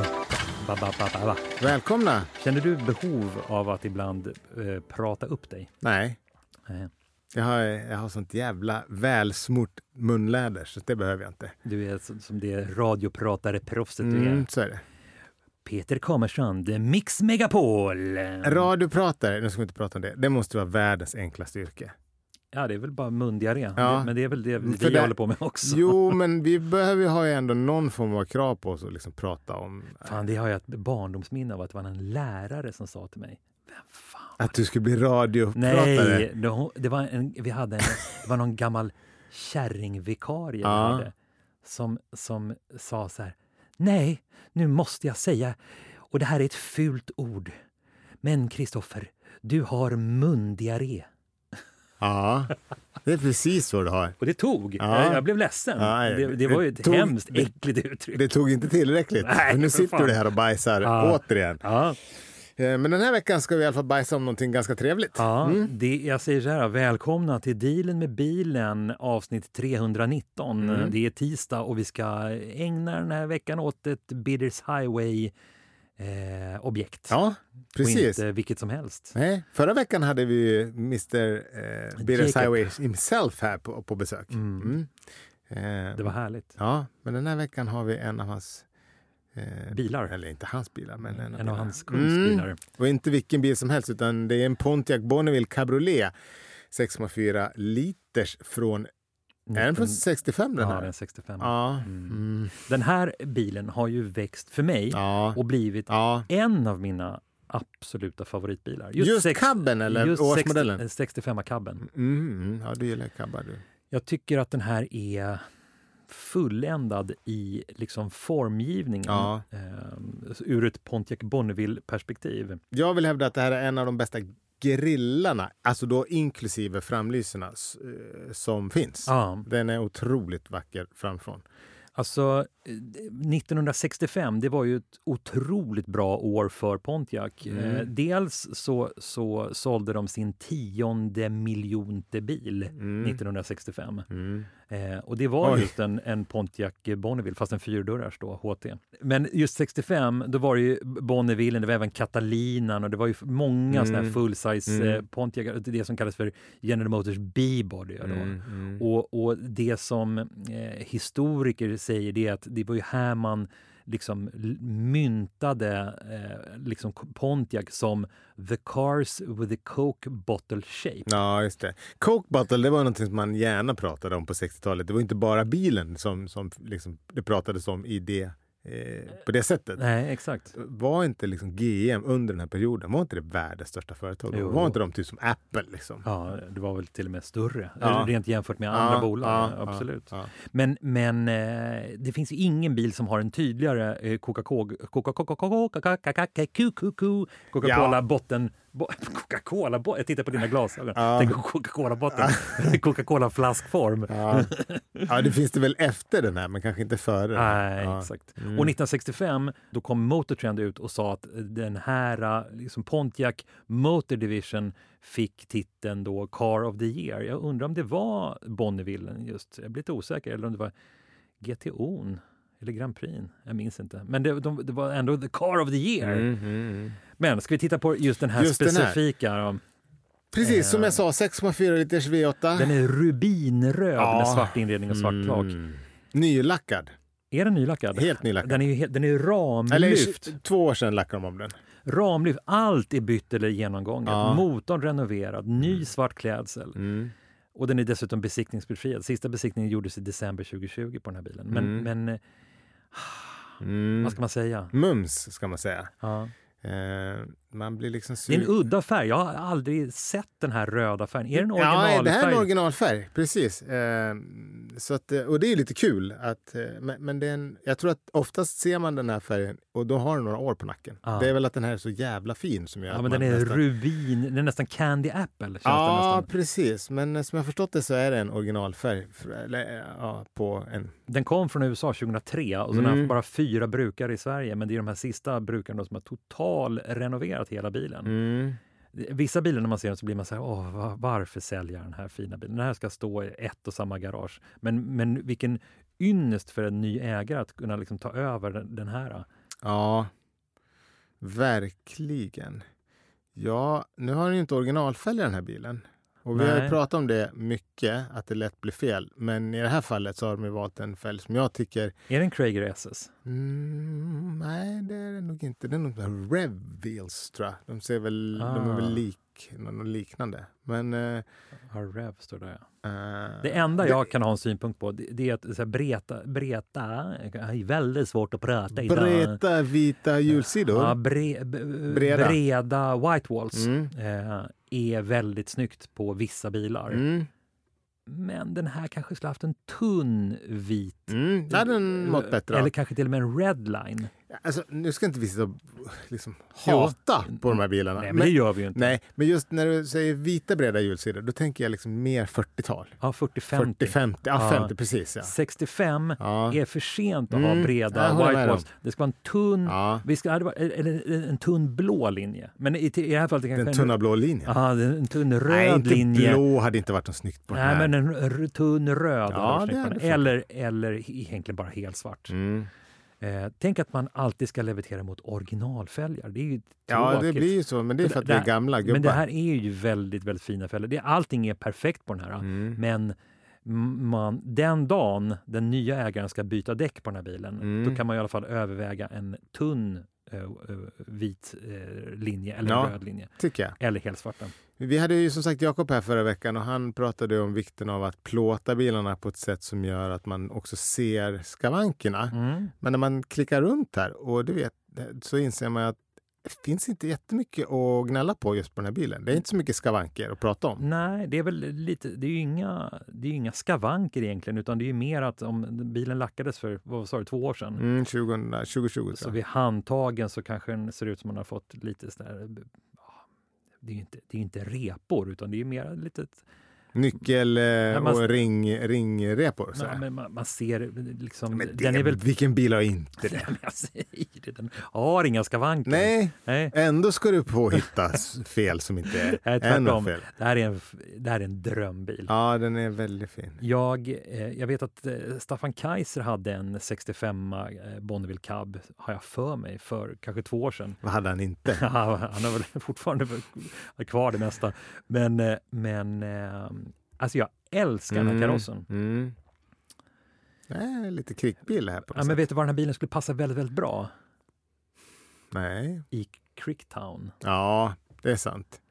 Ba-da-ba-ba-ba-ba-boom-ba-boo-ba-ba-ba-ba. Välkomna! Känner du behov av att ibland eh, prata upp dig? Eh, Nej, Nej. jag har, jag har sånt jävla välsmort munläder så det behöver jag inte. Du är så- som det radiopratare-proffset du är. Mm, så är det. Peter Kamersson, Mix Megapol! Radiopratare, nu ska vi inte prata om det, det måste vara världens enklaste yrke. Ja, det är väl bara mundiarré. Ja. Mm, Men det är väl det, det För jag det- håller på med också. Jo, men vi behöver ju ha ändå någon form av krav på oss att liksom prata om Fan, det har jag ett barndomsminne av att det var en lärare som sa till mig. Vem fan? att du skulle bli radiopratare. Nej, det, hon- det var, en, vi hade en, det var någon gammal kärringvikarie vi Ja. hade, som, som sa så här. Nej, nu måste jag säga, och det här är ett fult ord, men Kristoffer, du har mundiarré. Ja, det är precis så du har. Och det tog. Ja. Jag, jag blev ledsen. Ja, ja. det, det var ju ett Det tog- hemskt det- äckligt uttryck. Det tog inte tillräckligt. Nej, för nu för sitter fan. du här och bajsar Ja. återigen. ja. Eh, Men den här veckan ska vi i alla fall bajsa om någonting ganska trevligt. Ja, Mm. det, jag säger så här, välkomna till Dealen med bilen avsnitt 319. Mm. Det är tisdag och vi ska ägna den här veckan åt ett Bidders Highway-objekt. Ja, Och precis. inte vilket som helst. Nej, förra veckan hade vi ju Mr. Eh, Beatles Jacob. Highway himself här på, på besök. Mm. Eh, Det var härligt. Ja, men den här veckan har vi en av hans eh, Bilar. Eller inte hans bilar, men en, En av bilarna. hans kungsbilar. Och inte vilken bil som helst, utan det är en Pontiac Bonneville Cabriolet 6,4 liters från... Är den från 65 den Ja, här? den 65. Ja. Mm. Den här bilen har ju växt för mig Ja. och blivit ja. en av mina absoluta favoritbilar. Just cabben eller årsmodellen? 65 cabben. Mm, mm. ja, du gillar cabbar du. Jag tycker att den här är fulländad i liksom formgivningen Ja. ehm, ur ett Pontiac Bonneville-perspektiv. Jag vill hävda att det här är en av de bästa grillarna, alltså då inklusive framlyserna, s- eh, som finns. Ja, Den är otroligt vacker framifrån. alltså, eh, 1965 det var ju ett otroligt bra år för Pontiac. Eh, dels så, så sålde de sin tionde miljonte bil 1965. Mm. Eh, och det var Oj. just en, en Pontiac Bonneville, fast en fyrdörrars då, HT. Men just 65, då var det ju Bonneville, det var även Catalinan och det var ju många mm. sådana här full-size eh, Pontiac, det som kallas för General Motors B-body. då. Mm. Och, och det som eh, historiker säger det är att det var ju här man liksom l- myntade eh, liksom Pontiac som the cars with the coke bottle shape. Ja, just det. Coke bottle, det var någonting som man gärna pratade om på 60-talet. Det var inte bara bilen som, som liksom, det pratades om i det, eh, på det sättet. Nej, exakt. Var inte liksom GM under den här perioden, var inte det världens största företag? då? Jo. Var inte de typ som Apple? Liksom? Ja, det var väl till och med större, Ja. rent jämfört med andra bolag. absolut. Ja, Men, men eh, det finns ju ingen bil som har en tydligare eh, Coca-Cola Coca-Cola- Coca-Cola botten... bo- Coca-Cola bo- Jag tittar på dina glasögon. Tänk på Coca-Cola botten. Coca-Cola flaskform. ja. ja. ja, det finns det väl efter den här, men kanske inte före. den här. Nej, ja. Mm. exakt. Och 1965 då kom Motortrend ut och sa att den här eh, liksom Pontiac Motor Division fick titeln då Car of the Year. Jag undrar om det var Bonneville just. Jag blir lite osäker. Eller om det var GTO'n eller Grand Prix. Jag minns inte. Men det, de, det var ändå the Car of the Year. Men ska vi titta på just den här Mm. Just den här. specifika? Den, Precis, som jag sa, 6,4 liters V8. Eh. den är rubinröd med svart inredning och svart tak. Nylackad. Är den nylackad? Mm. Helt nylackad. Den är, ju helt, den är ju Eller ramlyft. två år sedan lackade de om den. Ramlyft, allt är bytt eller genomgånget. Ja. Motorn renoverad, ny svart klädsel. Mm. Och den är dessutom besiktningsbefriad. Sista besiktningen gjordes i december 2020 på den här bilen. Men, Mm. men eh, vad ska man säga? Mums, ska man säga. Ja. Eh, man blir liksom Det är en sugen. udda färg. Jag har aldrig sett den här röda färgen. Är det en Ja, originalfärg? det här är en originalfärg. Precis. Eh, så att, eh, och det är lite kul. Att, eh, men men det är en, jag tror att oftast ser man den här färgen och då har den några år på nacken. Ja. Det är väl att den här är så jävla fin som gör Ja, att men man den är nästan... rubin. Den är nästan candy apple. Känns den, Ja, nästan. precis. Men eh, som jag förstått det så är det en originalfärg för, eller, eh, ja, på en den kom från USA 2003 och sen har den Mm. haft bara fyra brukare i Sverige. Men det är de här sista brukarna som har total renoverat hela bilen. Vissa bilar när man ser dem så blir man så här, Åh, va- varför säljer jag den här fina bilen? Den här ska stå i ett och samma garage. Men, men vilken ynnest för en ny ägare att kunna liksom ta över den, den här. Ja, verkligen. Ja, nu har den ju inte originalfälgar den här bilen. Och vi har ju Nej. pratat om det mycket, att det lätt blir fel. Men i det här fallet så har de ju valt en fälg som jag tycker, Är det en Krager SS? mm, nej det är det nog inte. Det är nog de här Revvils tror jag. De, ser väl, de är Ah. väl lik, något liknande. Men eh, Ja, Rev står där ja. eh, Det enda det- jag kan ha en synpunkt på det, det är att så här, breta, breta, det är väldigt svårt att prata idag. Breta vita hjulsidor. Ja, bre, b- Breda. breda. white walls Mm. eh, är väldigt snyggt på vissa bilar. Mm. Men den här kanske skulle haft en tunn vit. Mm. Det hade den mått bättre av. Eh, Eller kanske till och med en redline. Alltså, nu ska inte vi sitta och liksom, hata på de här bilarna. Nej, men, det gör vi ju inte. nej, men just när du säger vita breda hjulsidor, då tänker jag liksom mer 40-tal. Ja, 40, 50. 40-50, ja Ja. 50 precis ja. 65 Ja. är för sent att Mm, ha jag breda håller med white dig. walls. Det ska vara en tunn, ja. vi ska, eh, eller en, en tunn blå linje. Men i, i det här fallet kanske Den en, tunna blå linjen. ja, det är en tunn röd nej, inte linje. blå hade inte varit något snyggt på den Nej, här. men en r- tunn röd. Ja, hade varit snyggt på det hade den. funkat. eller, eller egentligen bara helt svart. Mm. Eh, tänk att man alltid ska levitera mot originalfälgar. Det är ju tråkigt. Ja, det blir ju så, men det är för att vi är gamla gubbar. Men det här är ju väldigt, väldigt fina fällor. Det, allting är perfekt på den här. Mm. Men m- man, den dagen den nya ägaren ska byta däck på den här bilen, Mm. då kan man i alla fall överväga en tunn eh, eh, vit eh, linje eller Ja. röd linje. Tycker jag. Eller helsvarta. Vi hade ju som sagt Jakob här förra veckan och han pratade om vikten av att plåta bilarna på ett sätt som gör att man också ser skavankerna. Mm. Men när man klickar runt här och du vet, så inser man att det finns inte jättemycket att gnälla på just på den här bilen. Det är inte så mycket skavanker att prata om. Nej, det är väl lite, det är ju inga, det är ju inga skavanker egentligen, utan det är ju mer att om bilen lackades för, vad sa du, två år sedan, Mm, 20, 2020 Så tror jag. vid handtagen så kanske den ser ut som man har fått lite sådär, ja, det är ju inte, det är ju inte repor utan det är ju mer lite, Nyckel eh, man- och ring, ringrepor. Så här. man, men, men man, man ser liksom, det, den är väl, Vilken bil har inte det? Nej, men jag säger det, den har inga skavanker. Nej, Nej. ändå ska du påhitta s- fel som inte är Nej, är tvärtom. något fel. Det här är en, f- det här är en drömbil. Ja, den är väldigt fin. Jag, eh, jag vet att eh, Staffan Kaiser hade en 65 eh, Bonneville Cab, har jag för mig, för kanske två år sedan. Vad hade han inte? Ja, han har väl fortfarande kvar det mesta. Men, eh, men eh, alltså jag älskar den här Mm. karossen. Mm. Det är lite krickbil här på något Ja, men sätt. vet du vad den här bilen skulle passa väldigt, väldigt bra? Nej. I Cricktown. Ja, det är sant.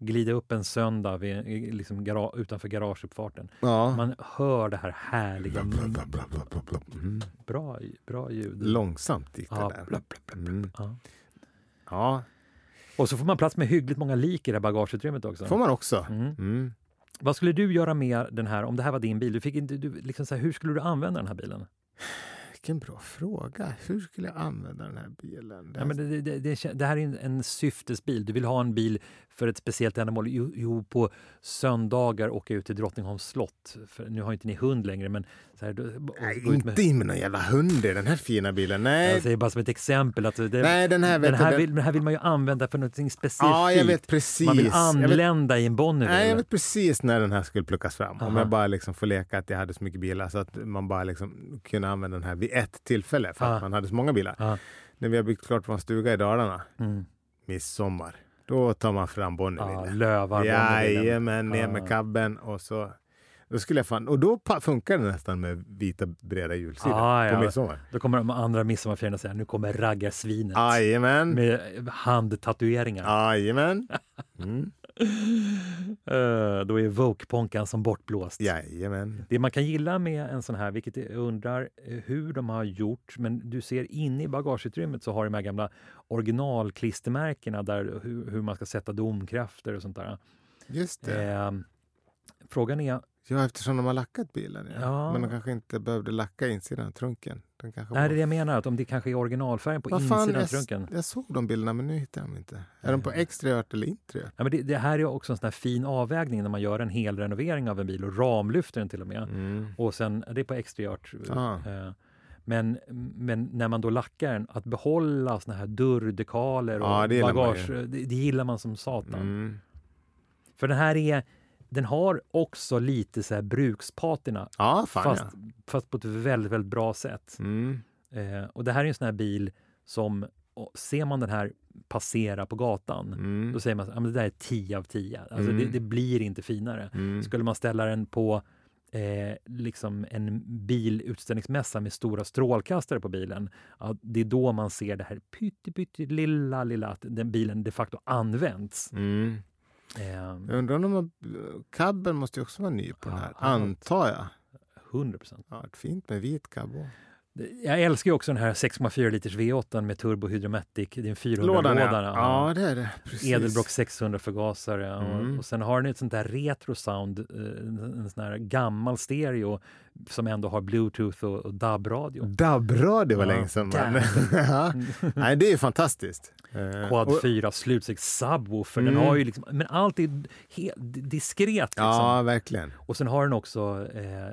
Glida upp en söndag vid, i- liksom gara, utanför garageuppfarten. Ja. Man hör det här härliga, Mm. bra, bra ljudet. Långsamt gick det Ja, där. bla, bla, bla. Mm. Ja. Ja, Och så får man plats med hyggligt många lik i det här bagageutrymmet också. får man också. Mm. Mm. Vad skulle du göra med den här om det här var din bil? Du fick inte, du, liksom så här, hur skulle du använda den här bilen? Vilken bra fråga. Hur skulle jag använda den här bilen? Ja, men det, det, det, det, kän- det här är en, en syftesbil. Du vill ha en bil för ett speciellt ändamål. Jo, jo på söndagar åka ut till Drottningholms slott. För nu har ju inte ni hund längre, men... Så här, då- och Nej, gå ut med- inte in med någon jävla hund i den här fina bilen. Nej, Jag säger bara som ett exempel. Att det, Nej, den här vet den, här jag, den- vill, den här vill man ju använda för något specifikt. ja, jag vet precis. Man vill jag vet, anlända i en Bonneville. nej, jag vet precis när den här skulle plockas fram. Om Aha. jag bara liksom får leka att jag hade så mycket bilar så att man bara liksom kunde använda den här vid ett tillfälle för att Ah. man hade så många bilar. Ja. När vi har byggt klart vår stuga i Dalarna, Mm. midsommar, då tar man fram Bonneville. Ja, lövar Bonnevillen. Jajamän, ner med Ja. kabben och så. Då skulle jag fan, och då pa- funkar det nästan med vita breda hjulsidor Ah, på ja. midsommar. Då kommer de andra midsommarfirarna säga nu kommer raggarsvinet Jajamän, med handtatueringar. jajamän, mm. Eh, då är Vogue-ponkan som bortblåst. jajamän. Det man kan gilla med en sån här, vilket jag undrar eh, hur de har gjort, men du ser inne i bagageutrymmet så har de här gamla originalklistermärkena där hur, hur man ska sätta domkrafter och sånt där. Just det. Eh, frågan är, Ja, eftersom de har lackat bilen. Ja. Ja. Men de kanske inte behövde lacka insidan av trunken. De kanske är var- det det jag menar? Att om det kanske är originalfärgen på Vad fan, insidan av jag, trunken? jag såg de bilderna men nu hittar jag dem inte. Är de på exteriört eller interiört? Ja, men det, det här är också en sån här fin avvägning när man gör en hel Mm. renovering av en bil och ramlyfter den till och med. Och sen, det är på exteriört. Ah. Eh, Men, men när man då lackar den, att behålla såna här dörrdekaler och Ja, Ah, det gillar man bagage, ju. det, det gillar man som satan. Mm. För den här är, den har också lite så här brukspatina, Ja, fan fast, ja. fast på ett väldigt, väldigt bra sätt. Mm. Eh, och det här är en sån här bil som, och ser man den här passera på gatan, Mm. då säger man att ah, men det där är 10 av 10. Alltså Mm. det, det blir inte finare. Mm. Skulle man ställa den på eh, liksom en bilutställningsmässa med stora strålkastare på bilen, ja, det är då man ser det här pytte, pytte lilla, lilla att den bilen de facto används. Mm. Eh, Jag undrar om de har... Cabben måste ju också vara ny på den här, Ja, antar jag. 100 procent. Ja, fint med vit cab. också. Jag älskar ju också den här 6,4 liters V8 med turbo hydromatic. Det är en 400-låda. Lådan, ja. Ja, det är det. Precis. Edelbrock 600-förgasare. Mm. Och, och sen har den ett sånt där retro-sound, eh, en, en sån här gammal stereo som ändå har bluetooth och, och Mm. DAB-radio. Dabbradio var Ja, länge sedan. damn. man- ja. Nej, det är ju fantastiskt. Eh, och- Quad 4 slutsigt subwoofer. Den Mm. har ju liksom, men allt är helt diskret. Liksom. Ja, verkligen. Och sen har den också eh,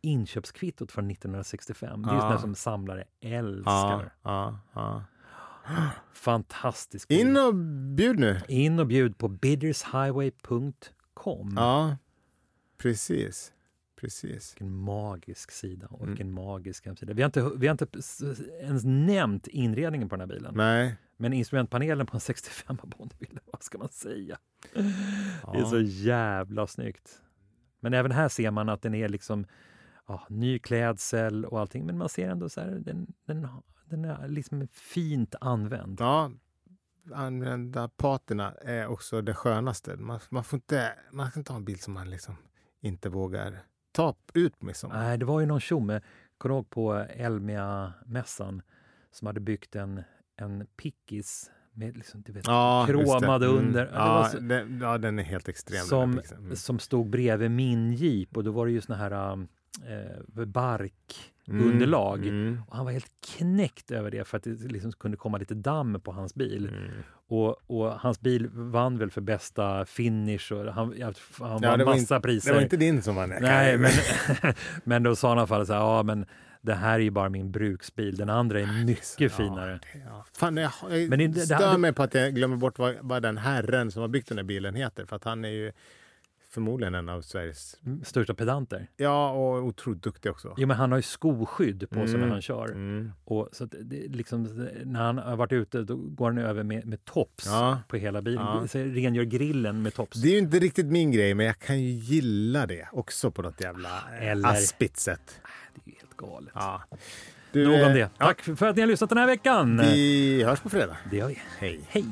inköpskvittot från 1965. Det är ju Ja. sånt där som samlare älskar. Ja, ja, ja. Fantastisk. bil. In och bjud nu. In och bjud på biddershighway.com. Ja, precis. Precis. Vilken magisk sida och Mm. vilken magisk hemsida. Vi har, inte, vi har inte s- s- ens nämnt inredningen på den här bilen. Nej. Men instrumentpanelen på en 65 Bonneville, vad ska man säga? Det är Ja. så jävla snyggt. Men även här ser man att den är liksom ja, ny klädsel och allting. Men man ser ändå så här, den, den, den är liksom fint använd. Ja, använda paterna är också det skönaste. Man, man, får inte, man ska inte ha en bild som man liksom inte vågar ta ut på midsommar. Nej, det var ju någon tjomme, kommer du ihåg på Elmia-mässan, som hade byggt en, en pickis med liksom, du vet, Ja, just det. kromade Mm. under. Ja, det var Ja, så- den, ja, den är helt extrem. den Som- där pixeln. Mm. som stod bredvid min jeep och då var det ju såna här um, eh, barkunderlag. Mm. Och han var helt knäckt över det för att det liksom kunde komma lite damm på hans bil. Mm. Och, och hans bil vann väl för bästa finish och han, ja, han Ja, vann det var massa inte- priser. Det var inte din som vann. jag kan Nej, ju- men, men då sa han i alla fall så här, ja men det här är ju bara min bruksbil, den andra är mycket finare. Ja, det- ja. Fan, jag, jag Men det- det- stör det- mig på att jag glömmer bort vad, vad den herren som har byggt den här bilen heter. För att han är ju förmodligen en av Sveriges... Största pedanter. Ja, och otroligt duktig också. Jo men han har ju skoskydd på sig när Mm. han kör. Mm. Och så att det, är liksom, när han har varit ute då går han över med, med tops Ja. på hela bilen. Ja. Så rengör grillen med tops. Det är ju inte riktigt min grej, men jag kan ju gilla det också på något jävla eh, Eller- aspigt sätt. Det är ju helt galet. Ja. Du, Nog om eh, det. Tack för- för att ni har lyssnat den här veckan. Vi hörs på fredag. Det gör vi. Hej. Hej!